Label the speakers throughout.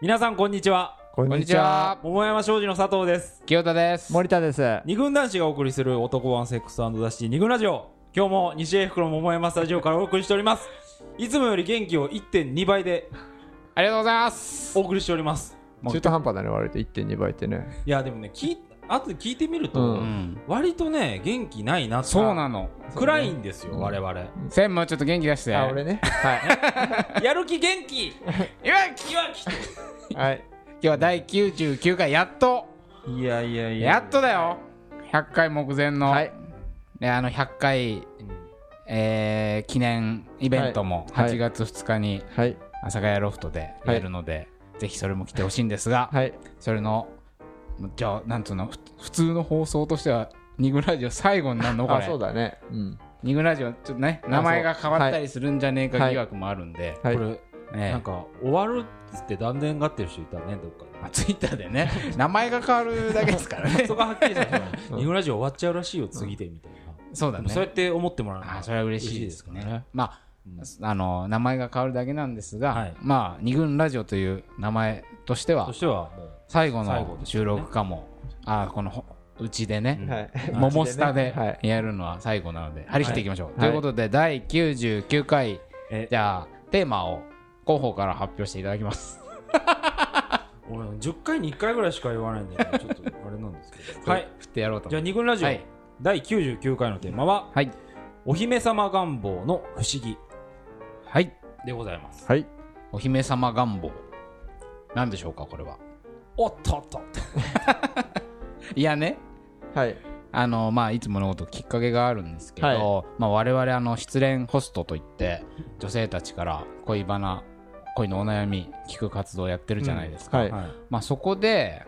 Speaker 1: 皆さんこんにちは
Speaker 2: こん
Speaker 3: こん
Speaker 2: に
Speaker 3: に
Speaker 2: ち
Speaker 3: ち
Speaker 2: は。
Speaker 3: は。
Speaker 1: 桃山商事の佐藤です
Speaker 3: 清田です。
Speaker 2: 森田です。
Speaker 1: 二軍男子がお送りする男版セックスダシティ二軍ラジオ今日も西英福の桃山スタジオからお送りしておりますいつもより元気を1.2倍で
Speaker 3: ありがとうございます。
Speaker 1: お送りしております
Speaker 2: まあ中途半端なの割れて1.2倍ってね。
Speaker 1: いやでもね聞い後で聞いてみると、
Speaker 2: うん
Speaker 3: ん。
Speaker 1: 割とね元気ないなって
Speaker 3: そうなの。
Speaker 1: 暗いんですよ、我々
Speaker 3: 専務ちょっと元気出して。
Speaker 2: あ、俺 ね。は
Speaker 1: やる気元気い
Speaker 3: いわき
Speaker 1: わき
Speaker 2: い。はい。
Speaker 3: 今日は第99回、やっと。
Speaker 1: いやいやいや
Speaker 3: やっとだよ。100回目前の。
Speaker 2: はい。
Speaker 3: ね、あの、100回、えー記念イベントも
Speaker 2: はいはい
Speaker 3: 8月2日に
Speaker 2: はい。
Speaker 3: 阿佐ヶ谷ロフトでやるので、ぜひそれも来てほしいんですが、
Speaker 2: はい。
Speaker 3: それの、じゃあ、なんつうの、ふ普通の放送としては、ニグラジオ最後になるのこ
Speaker 2: あ、
Speaker 3: れ。
Speaker 2: そうだね。うん。
Speaker 3: ニグラジオちょっとね名前が変わったりするんじゃねえ
Speaker 2: は
Speaker 3: か
Speaker 2: い
Speaker 3: 疑惑もあるんで、
Speaker 2: はい
Speaker 1: こ。れ
Speaker 3: ね
Speaker 1: なんか終わるっつって断念がってる人いたねどっか
Speaker 3: まあ、ツイッターでね 名前が変わるだけですから
Speaker 1: で
Speaker 3: ね
Speaker 1: そこははっきりした
Speaker 2: うん
Speaker 1: ニグラジオ終わっちゃうらしいよ次でみたいな、
Speaker 3: そうだ
Speaker 1: でもそうや
Speaker 3: ね
Speaker 1: って思ってもらうの
Speaker 3: あそれは嬉しいですね
Speaker 1: 嬉しいですね
Speaker 3: まああの名前が変わるだけなんですが、
Speaker 1: はい
Speaker 3: まあ二軍ラジオという名前としては
Speaker 1: そしてはもう
Speaker 3: 最後
Speaker 1: 最後
Speaker 3: の
Speaker 1: ですね
Speaker 3: 収録かも、あこのほうちでね、
Speaker 2: はい。
Speaker 3: 桃スタ
Speaker 2: は
Speaker 3: で
Speaker 2: い。
Speaker 3: やるのは最後なので張り切っていきましょう、
Speaker 2: い
Speaker 3: ということで第99回
Speaker 1: え
Speaker 3: じゃあテーマを広報から発表していただきます
Speaker 1: 俺10回に1回ぐらいしか言わないんでちょっとあれなんですけどはい
Speaker 3: 振ってやろうと
Speaker 1: じ
Speaker 3: 思
Speaker 1: ゃあ
Speaker 3: います
Speaker 1: 二軍ラジオ、
Speaker 3: はい
Speaker 1: 第99回のテーマは
Speaker 3: はい
Speaker 1: 「お姫様願望の不思議
Speaker 3: はい。」
Speaker 1: でございます
Speaker 2: はい。
Speaker 3: お姫様願望。なんでしょうか、これは。
Speaker 1: おっとっとっと
Speaker 3: いやね、
Speaker 2: はい。
Speaker 3: あの、まあ、いつものこときっかけがあるんですけど、
Speaker 2: は
Speaker 3: まあ、我々、あの、失恋ホストといって、女性たちから恋バナ、恋のお悩み、聞く活動をやってるじゃないですか。
Speaker 2: はい。
Speaker 1: はい
Speaker 3: まあ、そこで、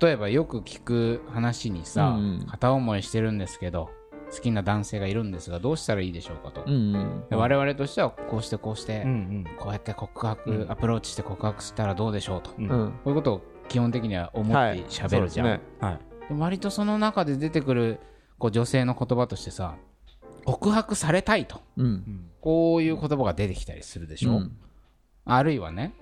Speaker 3: 例えばよく聞く話にさ、
Speaker 2: うんうん
Speaker 3: 片思いしてるんですけど、好きな男性がいるんですが、どうしたらいいでしょうかと。
Speaker 2: うん。
Speaker 3: で我々としては、こうしてこうして、
Speaker 1: うん
Speaker 3: こうやって告白、
Speaker 1: うん
Speaker 3: アプローチして告白したらどうでしょうと。
Speaker 1: うん
Speaker 2: う
Speaker 1: うん
Speaker 2: ん。
Speaker 3: こういうことを基本的には思って喋るじゃん、
Speaker 2: はい
Speaker 1: はい
Speaker 3: でも割とその中で出てくるこう女性の言葉としてさ告白されたいと
Speaker 1: う
Speaker 2: そうですねうん。
Speaker 1: ん
Speaker 3: こういう言葉が出てきたりするでしょ、
Speaker 2: うん
Speaker 3: あるいはね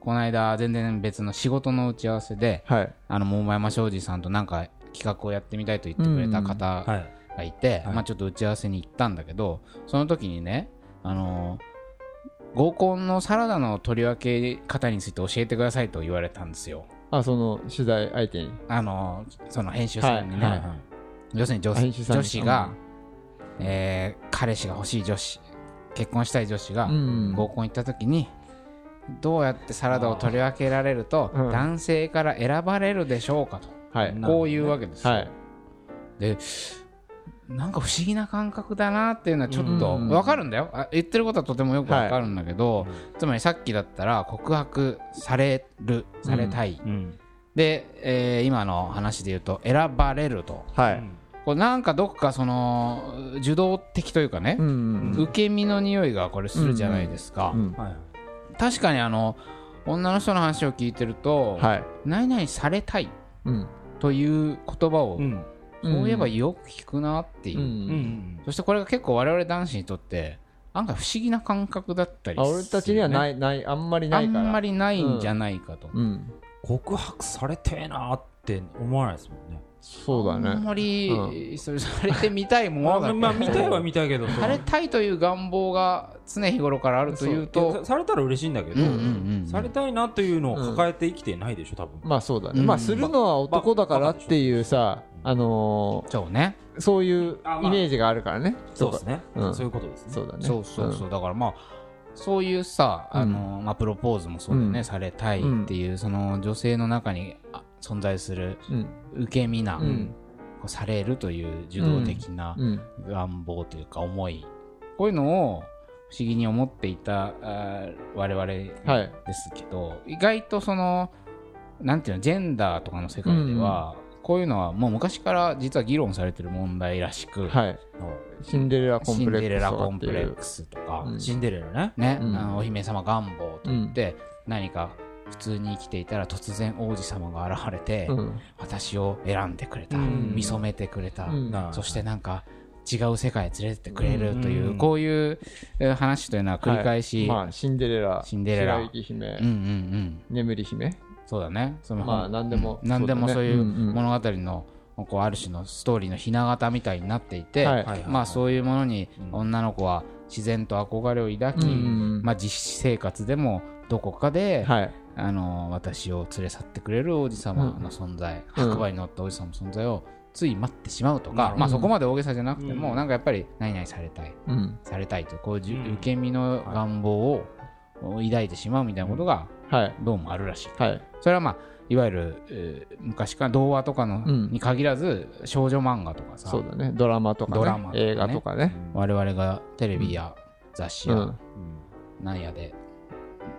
Speaker 3: この間全然別の仕事の打ち合わせで
Speaker 2: はい。
Speaker 3: あの桃山庄司さんとなんか企画をやってみたいと言ってくれた方
Speaker 1: はい
Speaker 3: がいて、
Speaker 1: はい
Speaker 3: まあ、ちょっと打ち合わせに行ったんだけどその時にねあの合コンのサラダの取り分け方について教えてくださいと言われたんですよ。
Speaker 2: あ、その取材相手に。
Speaker 3: あのその編集さんにね、
Speaker 2: はい
Speaker 1: は
Speaker 3: 要するに女
Speaker 2: 編集さん
Speaker 3: 女
Speaker 2: に
Speaker 3: 子が、えー彼氏が欲しい女子結婚したい女子が
Speaker 2: うん
Speaker 3: 合コン行った時に、どうやってサラダを取り分けられると
Speaker 2: あーうん
Speaker 3: 男性から選ばれるでしょうかと、
Speaker 2: はい。
Speaker 1: なるほどね
Speaker 3: こういうわけですよ、
Speaker 2: はい。
Speaker 3: でなんか不思議な感覚だなっていうのはちょっと
Speaker 2: うん
Speaker 3: 分かるんだよ、あ言ってることはとてもよく分かるんだけど、
Speaker 1: は
Speaker 3: つまりさっきだったら告白されるされたい、
Speaker 1: うん
Speaker 3: で、えー今の話で言うと選ばれると
Speaker 2: はい。
Speaker 3: これなんかどっかその受動的というかね、
Speaker 2: うんうん
Speaker 3: 受け身の匂いがこれするじゃないですか、
Speaker 2: うん。
Speaker 1: はい
Speaker 3: 確かにあの女の人の話を聞いてると「
Speaker 2: はい。
Speaker 3: 何々されたい
Speaker 2: うん。」。
Speaker 3: という言葉を、
Speaker 1: うん
Speaker 3: そういえばよく聞くなっていうう、
Speaker 1: うんん
Speaker 3: そしてこれが結構我々男子にとって案外不思議な感覚だったり
Speaker 2: あ、俺たちにはいない、ない、あんまり
Speaker 3: あ
Speaker 2: ない
Speaker 3: ん
Speaker 2: から。
Speaker 3: まりないんじゃないかと、
Speaker 2: うん。
Speaker 1: 告白されてえなーって思わないですもんね
Speaker 2: そうだ
Speaker 3: あん
Speaker 2: ね。
Speaker 3: まり、
Speaker 2: う
Speaker 3: それされてみたいも
Speaker 1: ま
Speaker 3: の
Speaker 1: あ
Speaker 3: だけど
Speaker 1: まあ見たいは見たいけど
Speaker 3: されたいという願望が常日頃からあるという と
Speaker 1: いやされたら嬉しいんだけ
Speaker 3: うんうんうんう
Speaker 1: ど
Speaker 3: ん
Speaker 1: されたいなというのを抱えて生きてないでしょ多分
Speaker 2: まあそうだね。
Speaker 3: うん
Speaker 2: まあするのは男だからっていうさ、あの
Speaker 3: そうね、
Speaker 2: ー、そういう
Speaker 1: あまあ
Speaker 2: イメージがあるからね。
Speaker 1: そうですね
Speaker 2: うん
Speaker 1: そういうことですね
Speaker 2: そうだね。
Speaker 3: そうそうそう、だからまあそういうさあの、まあ、プロポーズもそうだよね、
Speaker 2: うん
Speaker 3: されたいっていう、その女性の中にあ存在する
Speaker 2: うん。
Speaker 3: 受け身な、
Speaker 2: うん
Speaker 3: こうされるという受動的な
Speaker 2: うん。
Speaker 3: 願望というか思い、こういうのを不思議に思っていたあー我々
Speaker 2: は
Speaker 3: で
Speaker 2: い。
Speaker 3: すけど、意外とそのなんていうのジェンダーとかの世界では、こういうのはもう昔から実は議論されてる問題らしく、
Speaker 2: はい。シンデレラコン
Speaker 3: シ
Speaker 2: プ
Speaker 3: ン
Speaker 2: レ
Speaker 3: デレラコ
Speaker 2: ック
Speaker 3: ン
Speaker 2: ス
Speaker 3: プ
Speaker 2: とかって
Speaker 3: レ
Speaker 2: い
Speaker 3: ッ
Speaker 2: う。
Speaker 3: クスとか、
Speaker 2: うん
Speaker 1: シンデレラね
Speaker 3: ね、
Speaker 2: うん
Speaker 3: あのお姫様願望といって、何か普通に生きていたら突然王子様が現れて、
Speaker 2: うん
Speaker 3: 私を選んでくれた、
Speaker 1: うん
Speaker 3: 見初めてくれた、
Speaker 2: うん
Speaker 1: なあ
Speaker 3: そしてなんか違う世界へ連れてってくれるとい
Speaker 1: う
Speaker 3: う、
Speaker 1: ん
Speaker 3: こういうえー話というのは繰り返し、
Speaker 2: まあシンデレラ
Speaker 3: シンデレラ
Speaker 2: 白雪姫、
Speaker 3: うんうんうん
Speaker 2: 眠り姫
Speaker 3: そうだねその、
Speaker 2: まあ何でも
Speaker 3: うん何でも
Speaker 2: そ
Speaker 3: そうう
Speaker 2: だね
Speaker 3: いう
Speaker 2: うんうん
Speaker 3: 物語のこうある種のストーリーのひな形みたいになっていて、
Speaker 2: はい
Speaker 1: はい
Speaker 3: まあ、そういうものに女の子は自然と憧れを抱き、
Speaker 2: うんうんうん
Speaker 3: まあ、実生活でもどこかで、
Speaker 2: はい
Speaker 3: あの私を連れ去ってくれる王子様の存在、
Speaker 2: うん
Speaker 3: 白馬に乗った王子様の存在をつい待ってしまうと
Speaker 1: なる
Speaker 3: か
Speaker 1: ほ、ど
Speaker 3: まあ、そこまで大げさじゃなくても、
Speaker 1: うん
Speaker 3: なんかやっぱり何々されたい
Speaker 2: うん
Speaker 3: されたいというこうじゅ
Speaker 1: うん
Speaker 3: 受け身の願望を抱いてしまうみたいなことが
Speaker 2: はい
Speaker 3: どうもあるらしい。
Speaker 2: はい
Speaker 3: それはまあいわゆる、えー昔から童話とかの、
Speaker 2: うん
Speaker 3: に限らず少女漫画とかさ
Speaker 2: そうだねドラマとか,、ね
Speaker 3: ドラマとかね
Speaker 2: 映画とかね
Speaker 3: 我々がテレビや雑誌
Speaker 2: う
Speaker 3: や
Speaker 2: ん
Speaker 3: なんやで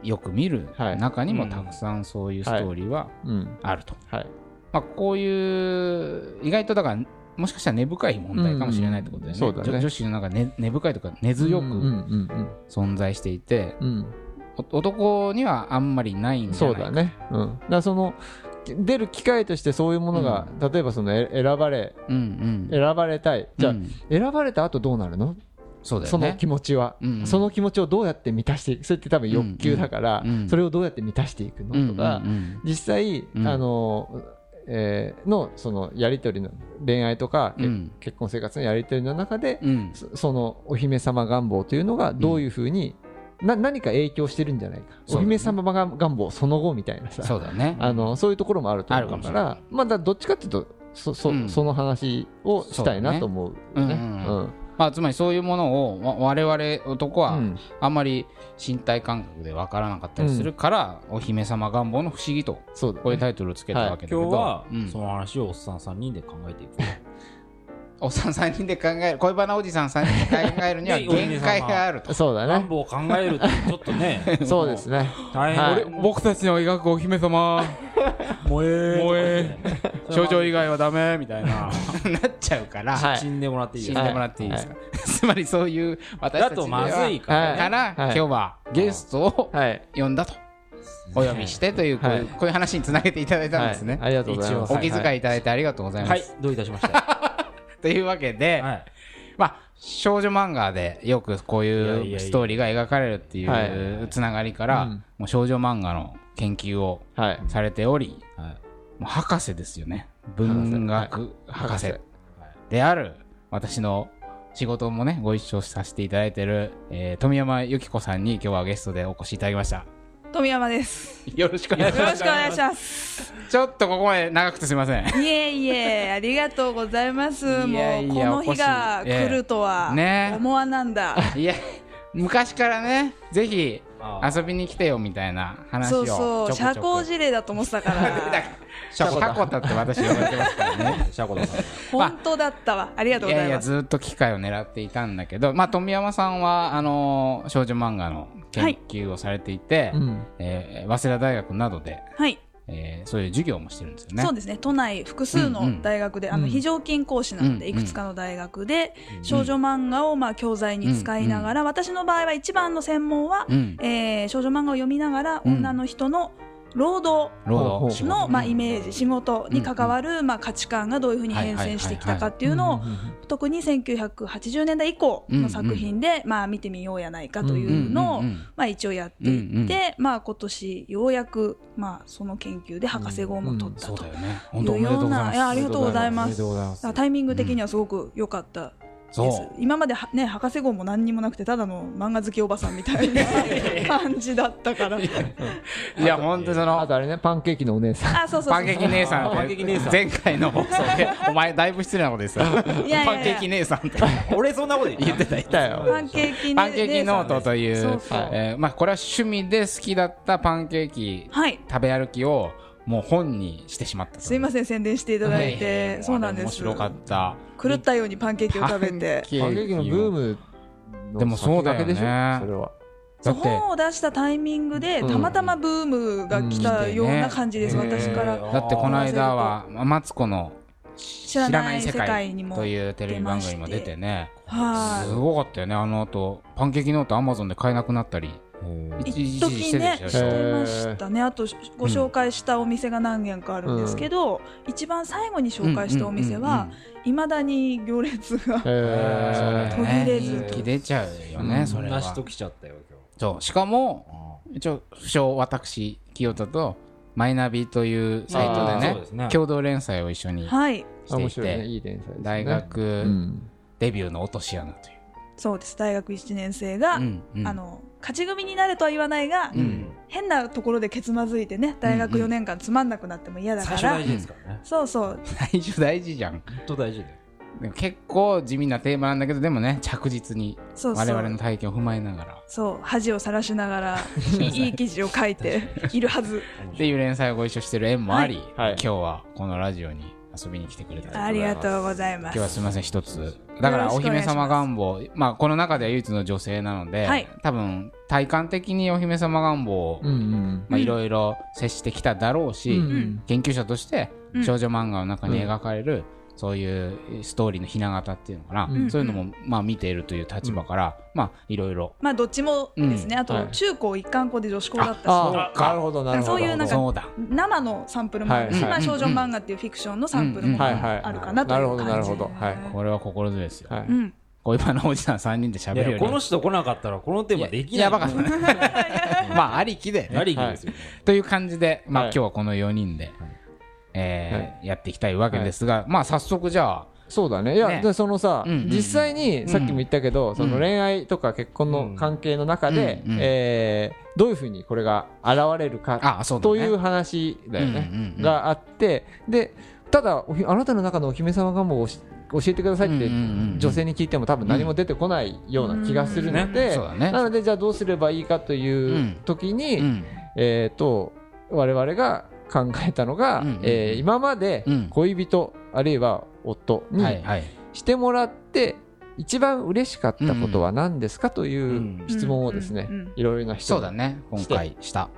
Speaker 3: よく見る
Speaker 2: はい
Speaker 3: 中にも
Speaker 1: うん
Speaker 3: たくさんそういうストーリーは
Speaker 2: うん
Speaker 3: あると、
Speaker 2: はい
Speaker 3: まあ、こういう意外とだからもしかしたら根深い問題かもしれないってことだよね,
Speaker 2: う
Speaker 3: じ
Speaker 2: ん
Speaker 3: ょ、
Speaker 2: そうだね
Speaker 3: 女子の中で根根深いとか根強
Speaker 2: うん
Speaker 3: く
Speaker 2: うん
Speaker 3: 存在していて、
Speaker 2: うんうん
Speaker 3: お男にはあんまりないんじゃ
Speaker 2: そ
Speaker 3: な
Speaker 2: う
Speaker 3: いか
Speaker 2: だねうんだからその出る機会としてそういうものが、例えばそのえ選ばれ
Speaker 3: うんうん
Speaker 2: 選ばれたいじゃあ、
Speaker 3: うん
Speaker 2: 選ばれた後どうなるの
Speaker 3: そうだよ
Speaker 2: その
Speaker 3: ね
Speaker 2: 気持ちは、
Speaker 3: うんうん
Speaker 2: その気持ちをどうやって満たしていくそれって多分欲求だから、
Speaker 3: うんうん
Speaker 2: それをどうやって満たしていくのとか、
Speaker 3: うんうんうん
Speaker 2: 実際、
Speaker 3: うん
Speaker 2: あの、えーのそのやり取りの恋愛とか、け
Speaker 3: うん
Speaker 2: 結婚生活のやり取りの中で、
Speaker 3: うん
Speaker 2: そそのお姫様願望というのがどういうふうに、な何か影響してるんじゃないか、
Speaker 3: そうだね
Speaker 2: お姫様が願望その後みたいなさ
Speaker 3: そうだね。
Speaker 2: あのそういうところもあると思う
Speaker 3: あるかも
Speaker 2: か
Speaker 3: しれ
Speaker 2: ら
Speaker 3: な
Speaker 2: まあだからどっちかっていうとそそ,、
Speaker 3: うん
Speaker 2: その話をしたいなと思うよね。
Speaker 3: そうだね
Speaker 2: う
Speaker 3: うん
Speaker 2: ん
Speaker 3: まあ、つまりそういうものをわ我々男
Speaker 2: う
Speaker 3: は
Speaker 2: ん
Speaker 3: あんまり身体感覚でわからなかったりするから、お姫様願望の不思議と
Speaker 2: そうだね
Speaker 3: こういうタイトルをつけたわけだけど、
Speaker 1: 今日は
Speaker 3: うん
Speaker 1: その話をおっさん3人で考え ていく。
Speaker 3: おっさん3人で考える恋バナおじさん3人で考える には
Speaker 1: ねお姫様
Speaker 3: 限界があると。
Speaker 2: そうだ
Speaker 1: 願
Speaker 2: ね。
Speaker 1: 望を考えるってちょっとね、
Speaker 2: そうですね。
Speaker 1: 大変。
Speaker 2: はい
Speaker 1: 俺
Speaker 3: 僕たちの描くお姫 様
Speaker 1: 燃え
Speaker 3: 燃
Speaker 1: え
Speaker 3: 以外はダメみたい ななっちゃうから、
Speaker 2: はい
Speaker 1: 死んでもらっていいで
Speaker 3: 死ん
Speaker 1: す
Speaker 3: で
Speaker 1: か
Speaker 3: もらっていいですか、 つまりそういう私
Speaker 1: だ
Speaker 3: たちでは
Speaker 1: とまずいからね
Speaker 3: から、
Speaker 2: はい
Speaker 3: 今日はゲストを
Speaker 2: はい。
Speaker 3: 呼んだとお呼びしてというこういう
Speaker 2: は
Speaker 3: こういう話につなげていただいたんですね
Speaker 2: はい。ありがとうございます。
Speaker 1: 一応
Speaker 3: お気
Speaker 2: は
Speaker 3: 遣いいただいてありがとうございます。
Speaker 1: はい、どういたしまして。は
Speaker 3: というわけで、
Speaker 1: い。
Speaker 3: まあ、少女漫画でよくこう
Speaker 1: いやいやい
Speaker 3: いう
Speaker 1: や
Speaker 3: ストーリーが描かれるってい
Speaker 2: は
Speaker 3: うつながりから、
Speaker 2: うん
Speaker 3: もう少女漫画の研究を
Speaker 2: はい。
Speaker 3: されており、
Speaker 1: はい
Speaker 3: もう博士ですよね。文学博士である私の仕事もね、ご一緒させていただいてる、えー富山由紀子さんに今日はゲストでお越しいただきました。
Speaker 4: 富山です。
Speaker 3: よろしくお願
Speaker 4: よ
Speaker 3: いします。
Speaker 4: ろしくお願いします。
Speaker 3: ちょっとここまで長くてすいません。
Speaker 4: いえいえ、ありがとうございます。
Speaker 3: いやいや
Speaker 4: もうこの日が
Speaker 3: お越しええ
Speaker 4: 来るとは
Speaker 3: ね
Speaker 4: 思わなんだ。
Speaker 3: いや、昔からね、ぜひ
Speaker 1: あー
Speaker 3: 遊びに来てよみたいな話
Speaker 4: そ
Speaker 3: を
Speaker 4: う
Speaker 3: ちょ
Speaker 4: そう、
Speaker 3: くちょ
Speaker 4: 社
Speaker 3: く
Speaker 4: 交辞令だと思ってたか
Speaker 3: だ
Speaker 4: ら、
Speaker 3: シャコタコタって私呼ばれてますからね
Speaker 1: シャコダさん。
Speaker 4: 本当だったわ。ありがとう
Speaker 3: い
Speaker 4: ござ
Speaker 3: やい
Speaker 4: い
Speaker 3: や
Speaker 4: ます。
Speaker 3: ずっと機会を狙っていたんだけど、まあ、富山さんはあのー少女漫画の研究をされていて、
Speaker 2: うん。
Speaker 3: えー早稲田大学などで、
Speaker 4: はい、
Speaker 3: えーそういう授業もしてるんですよね
Speaker 4: そうですね。都内複数
Speaker 3: うんうん
Speaker 4: の大学で、あ
Speaker 2: う
Speaker 4: の
Speaker 2: ん
Speaker 4: 非常勤講師なの
Speaker 3: う
Speaker 4: で、
Speaker 3: ん
Speaker 4: いくつかの大学で少女漫画をまあ教材に使いながら、私の場合は一番の専門は、
Speaker 3: うん
Speaker 4: えー少女漫画を読みながら
Speaker 3: うん
Speaker 4: 女の人の労働
Speaker 3: 労働
Speaker 2: 仕
Speaker 4: の、まあ、イメージ仕事に関わる、まあ、価値観がどういうふうに変遷してきたかっていうのを特に1980年代以降の作品で、まあ、見てみようやないかというのを、
Speaker 3: うんうんうん
Speaker 4: まあ、一応やっていって、まあ、今年ようやく、まあ、その研究で博士号も取った
Speaker 3: そう
Speaker 4: と
Speaker 3: だよね
Speaker 4: い
Speaker 3: 本当お
Speaker 4: う
Speaker 3: めでとう
Speaker 4: よ
Speaker 3: ご
Speaker 4: う
Speaker 3: ざい
Speaker 4: な、
Speaker 3: ます
Speaker 4: いやありがとうござい
Speaker 2: お
Speaker 4: ま
Speaker 2: めですとうございます
Speaker 4: だからタイミング的にはすごく良かった。
Speaker 3: そう
Speaker 4: です今までは、ね、博士号も何にもなくてただの漫画好きおばさんみたいな感じだったから
Speaker 3: いや本当にその
Speaker 2: あとあれね、パンケーキのお姉さん。
Speaker 4: あそうそうそう
Speaker 3: パンケーキ姉さん
Speaker 1: パンケーキ姉さん
Speaker 3: 前回の放送でお前だいぶ失礼なことですよパンケ
Speaker 4: いやいや
Speaker 3: ーキ姉さんって
Speaker 1: 俺そんなこと言ってた。
Speaker 2: 来たよ。
Speaker 4: パンケーキね
Speaker 3: パンケーキノートとい
Speaker 4: 姉さん
Speaker 3: う
Speaker 4: ですそうそう
Speaker 3: えーまあこれは趣味で好きだったパンケーキ
Speaker 4: はい
Speaker 3: 食べ歩きをもう本にしてしまったと
Speaker 4: すいません宣伝していただい
Speaker 3: やや
Speaker 4: て
Speaker 3: や
Speaker 4: そうなんで
Speaker 3: 面
Speaker 4: す
Speaker 3: 白かった
Speaker 4: 狂ったようにパンケーキを食べて
Speaker 2: パンケーキのブームの
Speaker 3: でもそうだ
Speaker 2: 先駆
Speaker 3: よね
Speaker 2: けでしょそれは。
Speaker 3: だ
Speaker 4: そう
Speaker 3: って
Speaker 4: 本を出したタイミングで
Speaker 2: うん
Speaker 4: たまたまブームが来たような感じです
Speaker 3: うん
Speaker 4: 私から
Speaker 1: へ
Speaker 3: だってこの間はマツコの
Speaker 4: 知らない世界にも
Speaker 3: というテレビ番組にも出てねす
Speaker 4: は
Speaker 3: ごかったよねあの後パンケーキノートアマゾンで買えなくなったり
Speaker 1: え
Speaker 3: 一
Speaker 4: 一時ね
Speaker 3: 時
Speaker 4: し
Speaker 3: してるでしょ
Speaker 4: てましたねあとご紹介したお店が何軒かあるんですけど、一番最後に紹介したお店
Speaker 3: うん
Speaker 4: は
Speaker 3: うんうん
Speaker 4: いま、未だに行列が
Speaker 2: え
Speaker 4: 途切れず
Speaker 3: 人気出ちゃうよね、
Speaker 2: うん
Speaker 3: それ
Speaker 1: 同じ
Speaker 3: は
Speaker 1: と。来ちゃったよ
Speaker 3: そうしかも
Speaker 1: 今
Speaker 3: 一応不詳私清田とマイナビという
Speaker 1: 日
Speaker 3: サイトで
Speaker 1: あーそう
Speaker 3: ね
Speaker 1: ですね
Speaker 3: 共同連載を一緒に
Speaker 4: はい
Speaker 2: あ面
Speaker 3: してい
Speaker 2: 白いね
Speaker 3: て
Speaker 2: いい連載ですね
Speaker 3: 大
Speaker 2: う
Speaker 3: 学
Speaker 2: ん
Speaker 3: デビューの落とし穴という
Speaker 4: そうです大学1年生が、
Speaker 3: うんうん
Speaker 4: あの勝ち組になるとは言わないが、
Speaker 3: うん
Speaker 4: 変なところでけつまずいてね大
Speaker 3: う
Speaker 4: 学
Speaker 3: んうん
Speaker 4: 4年間つまんなくなっても嫌だ
Speaker 1: 最
Speaker 4: か
Speaker 1: 初
Speaker 4: ら、
Speaker 1: 大事ですからね
Speaker 4: そうそう
Speaker 3: 最初大事じゃん
Speaker 1: 本当大事だよ
Speaker 3: でも結構地味なテーマなんだけどでもね着実に
Speaker 4: そうそう
Speaker 3: 我々の体験を踏まえながら
Speaker 4: そう恥をさらしながらいい記事を書いているはず
Speaker 3: っていう連載をご一緒してる縁もあり、
Speaker 2: はいはい
Speaker 3: 今日はこのラジオに遊びに来てくれた
Speaker 4: ありがとうござい
Speaker 3: 今
Speaker 4: ま
Speaker 3: 日
Speaker 4: す
Speaker 3: はすみません一つだからお姫様願望まあこの中では唯一の女性なので、
Speaker 4: はい
Speaker 3: 多分体感的にお姫様願望を、
Speaker 2: うん
Speaker 3: まあ、
Speaker 4: うん
Speaker 3: いろいろ接してきただろうし、
Speaker 2: うん
Speaker 3: 研究者として
Speaker 4: うん
Speaker 3: 少女漫画の中に描かれる、そういうストーリーのひな形っていうのかな、
Speaker 2: うん
Speaker 3: そういうのもまあ見ているという立場から、まあいろいろ
Speaker 4: まあどっちもですね、
Speaker 3: うん
Speaker 4: あと中高一貫校で女子校だったし、
Speaker 2: ああなるほどなるほど
Speaker 4: そういうなんか
Speaker 3: そうだ
Speaker 4: 生のサンプルもある
Speaker 2: は
Speaker 4: し、
Speaker 2: い
Speaker 4: まあ、
Speaker 2: はい
Speaker 4: 少女漫画っていうフィクションのサンプルも
Speaker 3: うん
Speaker 2: はいはい
Speaker 4: あるかなという感じ、
Speaker 2: なるほどなるほ
Speaker 3: これは心強いですよ、
Speaker 2: はい
Speaker 4: うん、
Speaker 3: 恋バナおじさん3人で
Speaker 1: い
Speaker 3: 喋
Speaker 1: や
Speaker 3: る
Speaker 1: い
Speaker 3: よ
Speaker 1: や
Speaker 3: り
Speaker 1: この人来なかったらこのテーマできない
Speaker 3: やばかったね まあありきで、ね
Speaker 1: やりきですよね
Speaker 3: という感じで、まあ、
Speaker 2: はい
Speaker 3: 今日はこの4人で、えーやっていきたいわけですが、まあ早速じゃあ
Speaker 2: そうだねいや、
Speaker 3: ね
Speaker 2: でそのさ、
Speaker 3: うんうんうん
Speaker 2: 実際にさっきも言ったけど、その恋愛とか結婚
Speaker 1: う
Speaker 2: の
Speaker 1: ん
Speaker 2: 関係の中で、
Speaker 3: うんうん
Speaker 2: えーどういうふうにこれが現れるか
Speaker 3: あそうだね
Speaker 2: という話だよね、
Speaker 3: うんうんうん
Speaker 2: があってでただおひあなたの中のお姫様願望をし教えてくださいって、
Speaker 3: うんうんうんうん
Speaker 2: 女性に聞いても多分何も出てこないような気がするので、
Speaker 3: うんそうだね
Speaker 2: なのでじゃあどうすればいいかという時に、
Speaker 3: うん
Speaker 2: えー、と我々が考えたのが、
Speaker 3: うんうん
Speaker 2: えー今まで
Speaker 3: うん
Speaker 2: 恋人、あるいは夫に
Speaker 3: はいはい
Speaker 2: してもらって一番嬉しかったことは何ですかという質問をですね、
Speaker 4: うんうんうん
Speaker 2: いろいろな人
Speaker 3: そう
Speaker 2: に
Speaker 3: だね今回した、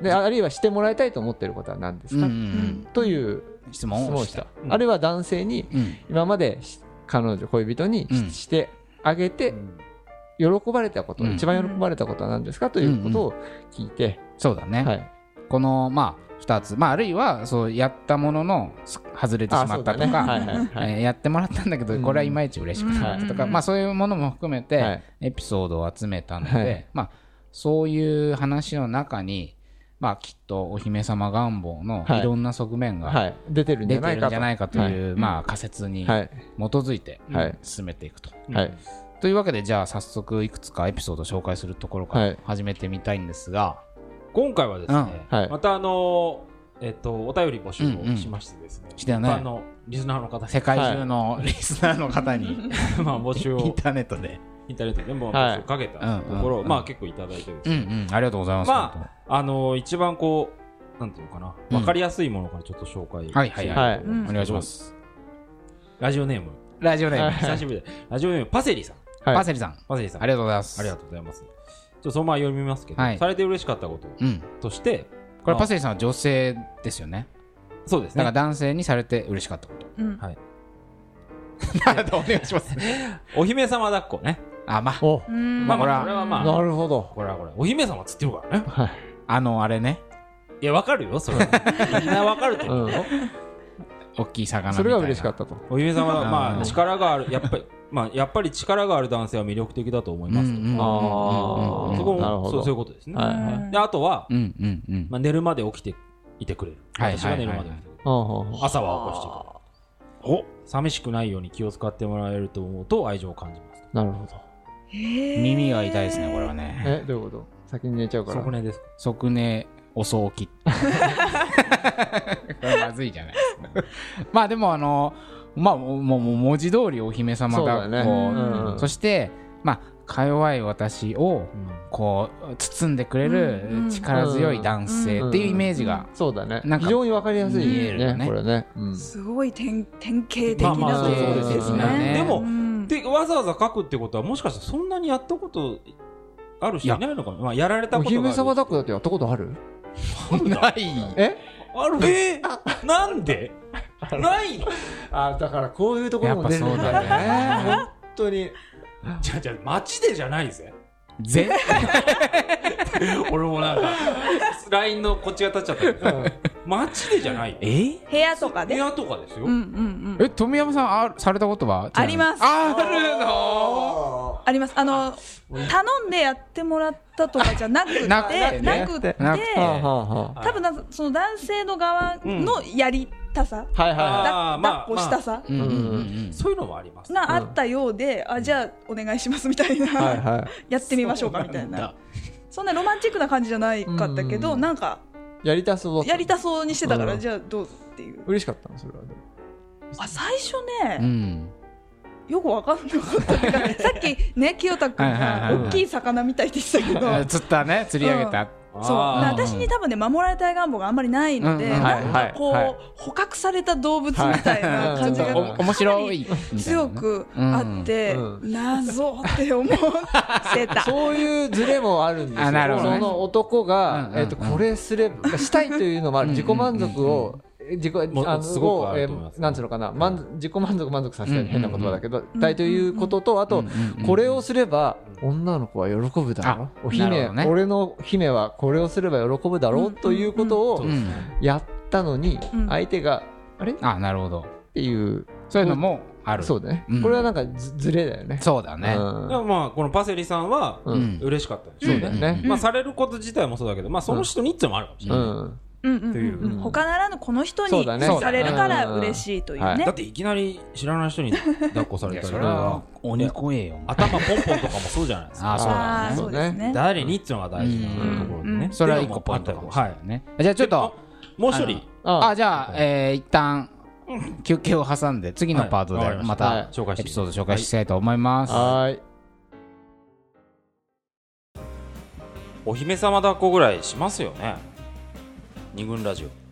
Speaker 2: であるいはしてもらいたいと思っていることは何です
Speaker 3: うん
Speaker 2: か、
Speaker 3: うんうん
Speaker 2: という
Speaker 3: 質
Speaker 2: 質
Speaker 3: 問
Speaker 2: 問
Speaker 3: を
Speaker 2: を
Speaker 3: し
Speaker 2: したた、あるいは男性に
Speaker 3: うん
Speaker 2: 今までし彼女恋人にし,、
Speaker 3: うん
Speaker 2: てあげて喜ばれたこと、
Speaker 3: うん
Speaker 2: 一番喜ばれたことは何ですかということを聞いて、
Speaker 3: そうだね、
Speaker 2: はい、
Speaker 3: このまあ2つ、まあ、あるいはそうやったもののす外れてしまった
Speaker 2: あ
Speaker 3: とか、
Speaker 2: そうだねはいはいはい
Speaker 3: えーやってもらったんだけど
Speaker 2: うん
Speaker 3: これはいまいち嬉しくなかったとか、
Speaker 4: はい
Speaker 3: まあ、そういうものも含めて、
Speaker 2: はい
Speaker 3: エピソードを集めたので、
Speaker 2: はい
Speaker 3: まあ、そういう話の中に、まあ、きっとお姫様願望の
Speaker 2: はい
Speaker 3: いろんな側面が
Speaker 2: はい、出てるんじ
Speaker 3: 出
Speaker 2: ゃない
Speaker 3: てるん
Speaker 2: か
Speaker 3: じ
Speaker 2: と
Speaker 3: ゃないかという、まあ、仮説に基
Speaker 2: はい
Speaker 3: づいて
Speaker 2: はい
Speaker 3: 進めていくと。
Speaker 2: はい
Speaker 3: というわけでじゃあ早速いくつかエピソードを紹介するところか
Speaker 2: は
Speaker 3: ら
Speaker 2: い
Speaker 3: 始めてみたいんですが、
Speaker 1: 今回はですね、
Speaker 2: うんはい
Speaker 1: またあのーえっとお便り募集をしましてですね、
Speaker 3: してね
Speaker 1: 一般のリスナーの方
Speaker 3: 世界中のリスナーの方に、
Speaker 1: まあ募集
Speaker 3: イン
Speaker 1: を
Speaker 3: ターネットで、
Speaker 1: インターネットでも
Speaker 2: はい
Speaker 1: 募集かけたとこ
Speaker 3: うんうん
Speaker 1: ろ、
Speaker 3: うん
Speaker 1: まあ結構いただいてるんです
Speaker 3: う
Speaker 1: よ
Speaker 3: んうん、ありがとうございます。
Speaker 1: まあ
Speaker 3: 本
Speaker 1: あのー一番こうなんていうのかな
Speaker 3: うん
Speaker 1: わかりやすいものからちょっと紹介
Speaker 3: はいはい
Speaker 2: はい
Speaker 1: してみたと思うんですけど
Speaker 3: お願いします
Speaker 1: ラジオネーム
Speaker 3: 当ラジオネーム、
Speaker 1: 久しぶりだラジオネームパセリさん
Speaker 2: はい
Speaker 3: パセリさん、あ
Speaker 1: パセリさん
Speaker 3: りがとうございます。
Speaker 1: ありがとうございますちょっとそのまま読みますけど、
Speaker 3: はい
Speaker 1: されて嬉しかったこと
Speaker 3: うん、
Speaker 1: として
Speaker 3: これパ
Speaker 1: セ
Speaker 3: セリさんは女性ですよね。
Speaker 1: リそうです
Speaker 3: だから
Speaker 1: ね
Speaker 3: 男性にされて嬉しかっ たこと。
Speaker 4: うん
Speaker 3: お願いします。
Speaker 1: お姫様抱っこね
Speaker 3: あ、まあ、
Speaker 2: お
Speaker 4: うん
Speaker 1: まあ
Speaker 3: ほ
Speaker 1: ま
Speaker 3: ら
Speaker 1: あこれはまあ
Speaker 2: なるほど
Speaker 1: これはこれお姫様っつってるからね
Speaker 2: はい
Speaker 3: あの、あれね、
Speaker 1: いや、わかるよ、それは。みんなわかると思うよ。
Speaker 3: 大きい魚みた
Speaker 2: そ
Speaker 3: いな。
Speaker 2: れが嬉しかったと。
Speaker 1: お姫様は、
Speaker 3: うん
Speaker 1: まあ、力がある、やっぱり、まあ、やっぱり力がある男性は魅力的だと思い
Speaker 3: うんう
Speaker 1: ま
Speaker 3: ん
Speaker 1: す
Speaker 3: う
Speaker 1: と。
Speaker 2: あ
Speaker 3: ん。
Speaker 2: ー
Speaker 1: そこ
Speaker 2: なる
Speaker 1: も、
Speaker 2: ほ
Speaker 1: そ
Speaker 2: ど
Speaker 1: う、そういうことですね。
Speaker 2: はい
Speaker 4: はい
Speaker 1: で、あとは
Speaker 3: う、んうんうん。
Speaker 1: まあ、寝るまで起きていてくれる。
Speaker 3: はい
Speaker 1: 私が寝るまで起きてくれる。
Speaker 2: ほうほうほう
Speaker 1: 朝は起こしてくれる。お寂しくないように気を使ってもらえると思うと愛情を感じます。
Speaker 2: なるほど。
Speaker 3: 耳が痛いですね、これはね。
Speaker 2: え、どういうこと先に寝ちゃうから。
Speaker 1: そこねですか。
Speaker 3: 即寝、遅起き。 これまずいじゃないですか。まあでも、あの、まあ、もう、もう文字通りお姫様
Speaker 2: そうだよ
Speaker 3: 抱
Speaker 2: ね。
Speaker 3: っこ
Speaker 2: うんうん
Speaker 3: そして、まあ、か弱い私を、こう、包んでくれ
Speaker 4: うんう
Speaker 3: る
Speaker 4: ん
Speaker 3: 力強い男性っていうイメージが。
Speaker 2: そうだね
Speaker 3: なん。か
Speaker 2: 非常にわかりやすい
Speaker 3: 見えるよね
Speaker 2: ね、これね。うん
Speaker 4: すごい典典型的
Speaker 1: まあま
Speaker 4: な
Speaker 1: あ
Speaker 4: ところ
Speaker 1: そう
Speaker 4: で
Speaker 1: ですす
Speaker 4: ね。
Speaker 1: ねでも
Speaker 4: うん
Speaker 1: で、わざわざ書くってことは、もしかしたらそんなにやったことある人いないのかなまあ、やられた
Speaker 2: お
Speaker 1: ことがある。
Speaker 2: 姫様抱っこだってやったことある
Speaker 3: ない。
Speaker 2: え
Speaker 1: あるえーなんでない
Speaker 2: あ、だからこういうと
Speaker 3: ころも出るんだよね
Speaker 2: ね。本当に。
Speaker 1: じゃあじゃあ街でじゃないぜ
Speaker 3: 全
Speaker 1: 俺もなんか LINE のこっちが立っちゃったけど街でじゃないよ
Speaker 3: え
Speaker 4: 部屋とか
Speaker 1: 部
Speaker 4: で。
Speaker 1: 屋とかですよ、
Speaker 4: うんうんうん。
Speaker 3: え富山さんあされたことは
Speaker 4: あります
Speaker 3: あるの
Speaker 4: あります。あの、頼んでやってもらったとかじゃなくて、
Speaker 3: な
Speaker 4: な
Speaker 3: くてね
Speaker 4: くて、
Speaker 3: なくて
Speaker 2: はあはあはあ
Speaker 4: 多分なんかその男性の側のやりたさ、
Speaker 2: はいはいは
Speaker 1: あ
Speaker 4: だ
Speaker 1: ーまあ
Speaker 4: 抱っこしたさ
Speaker 3: うんうんうんう
Speaker 2: うん
Speaker 1: そういうのもあります
Speaker 4: があったようで、あ、じゃあお願いしますみたい
Speaker 2: いはい
Speaker 4: な、
Speaker 2: は
Speaker 4: やってみましょうかみたいな。そんなロマンチックな感じじゃないかったけ
Speaker 2: うん
Speaker 4: ど、
Speaker 2: うん
Speaker 4: なんか、
Speaker 2: いやりたそうだった
Speaker 4: やりたそうにしてたか
Speaker 2: う
Speaker 4: ら、
Speaker 2: ん
Speaker 4: じゃあどうぞっていう。
Speaker 2: 嬉しかったのそれはでも
Speaker 4: あ、最初
Speaker 3: う
Speaker 4: ね、
Speaker 3: ん
Speaker 4: よくわかんなかったっていうか。さっきね、清田君
Speaker 3: はいはい
Speaker 4: が
Speaker 2: はい
Speaker 4: 大きい魚みたいって言ってたけど
Speaker 3: あ、釣ったね釣り上げた
Speaker 4: そう
Speaker 1: あー
Speaker 4: な私に多分ね守られたい願望があんまりないので、
Speaker 3: うんうん
Speaker 4: なん
Speaker 2: は
Speaker 4: か
Speaker 2: い
Speaker 4: こう、
Speaker 2: はい
Speaker 4: 捕獲された動物みたいな感じ
Speaker 2: は
Speaker 4: が
Speaker 2: い
Speaker 3: お面白いみたいなね
Speaker 4: 強くあって、
Speaker 2: うんう
Speaker 4: 謎って思ってた。
Speaker 2: そういうズレもあるんです
Speaker 3: あ
Speaker 2: よ。
Speaker 3: なるほどね
Speaker 2: その男が
Speaker 3: う、んうんうん
Speaker 2: えっと、これすれば、したいというのもある。
Speaker 3: うんうん
Speaker 2: 自己満足を、自己、あ
Speaker 1: もう
Speaker 2: の、
Speaker 1: すごくあ
Speaker 2: をえ
Speaker 1: ると思います
Speaker 2: ーなんつうのかな、満足自己満足満足させた
Speaker 3: う
Speaker 2: い
Speaker 3: んうんう
Speaker 2: 変
Speaker 3: ん
Speaker 2: な言葉だけど、たいということと、あ
Speaker 3: う
Speaker 2: と
Speaker 3: んうんうん、
Speaker 2: これをすれば、女の子は喜ぶだろう。お
Speaker 3: なる
Speaker 2: 姫、
Speaker 3: ほどね
Speaker 2: 俺の姫はこれをすれば喜ぶだろ
Speaker 4: う
Speaker 2: うんということ
Speaker 1: そ
Speaker 2: を
Speaker 1: うですね
Speaker 2: やったのに
Speaker 4: うん、
Speaker 2: 相手が、あれっ
Speaker 3: あなるほど
Speaker 2: ていう、
Speaker 3: そういうのもある
Speaker 2: そうだね
Speaker 3: うん。
Speaker 2: これはなんかずズレだよね。
Speaker 3: そうだね
Speaker 2: うん
Speaker 1: でもまあこのパセリさんは
Speaker 2: うん
Speaker 3: うん
Speaker 1: 嬉しかったでし
Speaker 2: そ
Speaker 1: ょ
Speaker 2: うだよね
Speaker 1: まあされること自体もそうだけどまあその人にっていうのもあるかもしれ
Speaker 3: う
Speaker 1: ない、
Speaker 2: うん。
Speaker 4: うんうん
Speaker 1: と
Speaker 4: う
Speaker 1: い
Speaker 4: んうん
Speaker 1: う
Speaker 4: 他ならぬこの人
Speaker 2: そう
Speaker 4: に
Speaker 2: だね
Speaker 4: されるから嬉しいという
Speaker 2: そうだね
Speaker 4: ね
Speaker 1: だっ。ていきなり知らない人に抱っこさ
Speaker 3: い
Speaker 1: れ
Speaker 3: や
Speaker 1: た
Speaker 3: そ
Speaker 1: り
Speaker 3: れ
Speaker 1: と
Speaker 3: は
Speaker 1: か
Speaker 3: 鬼怖えよ
Speaker 1: 頭ポンポンとかもそうじゃないですか
Speaker 3: あそうだ
Speaker 4: あー
Speaker 3: ね
Speaker 4: そうですね。
Speaker 1: 誰にっていうのが大事なところで
Speaker 4: うんう
Speaker 1: ね
Speaker 4: ん
Speaker 3: それは一個ポイントかもしれないねじゃあちょっと
Speaker 1: もう一人
Speaker 2: あ
Speaker 3: あ、じゃあ、えー一旦休憩を挟んで、次のパート
Speaker 1: はい
Speaker 3: で
Speaker 1: わかりま
Speaker 3: ま
Speaker 1: した
Speaker 2: はい
Speaker 3: た
Speaker 1: 紹介して
Speaker 3: エピソード紹介したいと思います。
Speaker 2: はーい。
Speaker 1: お姫様抱っこぐらいしますよね二軍ラジオ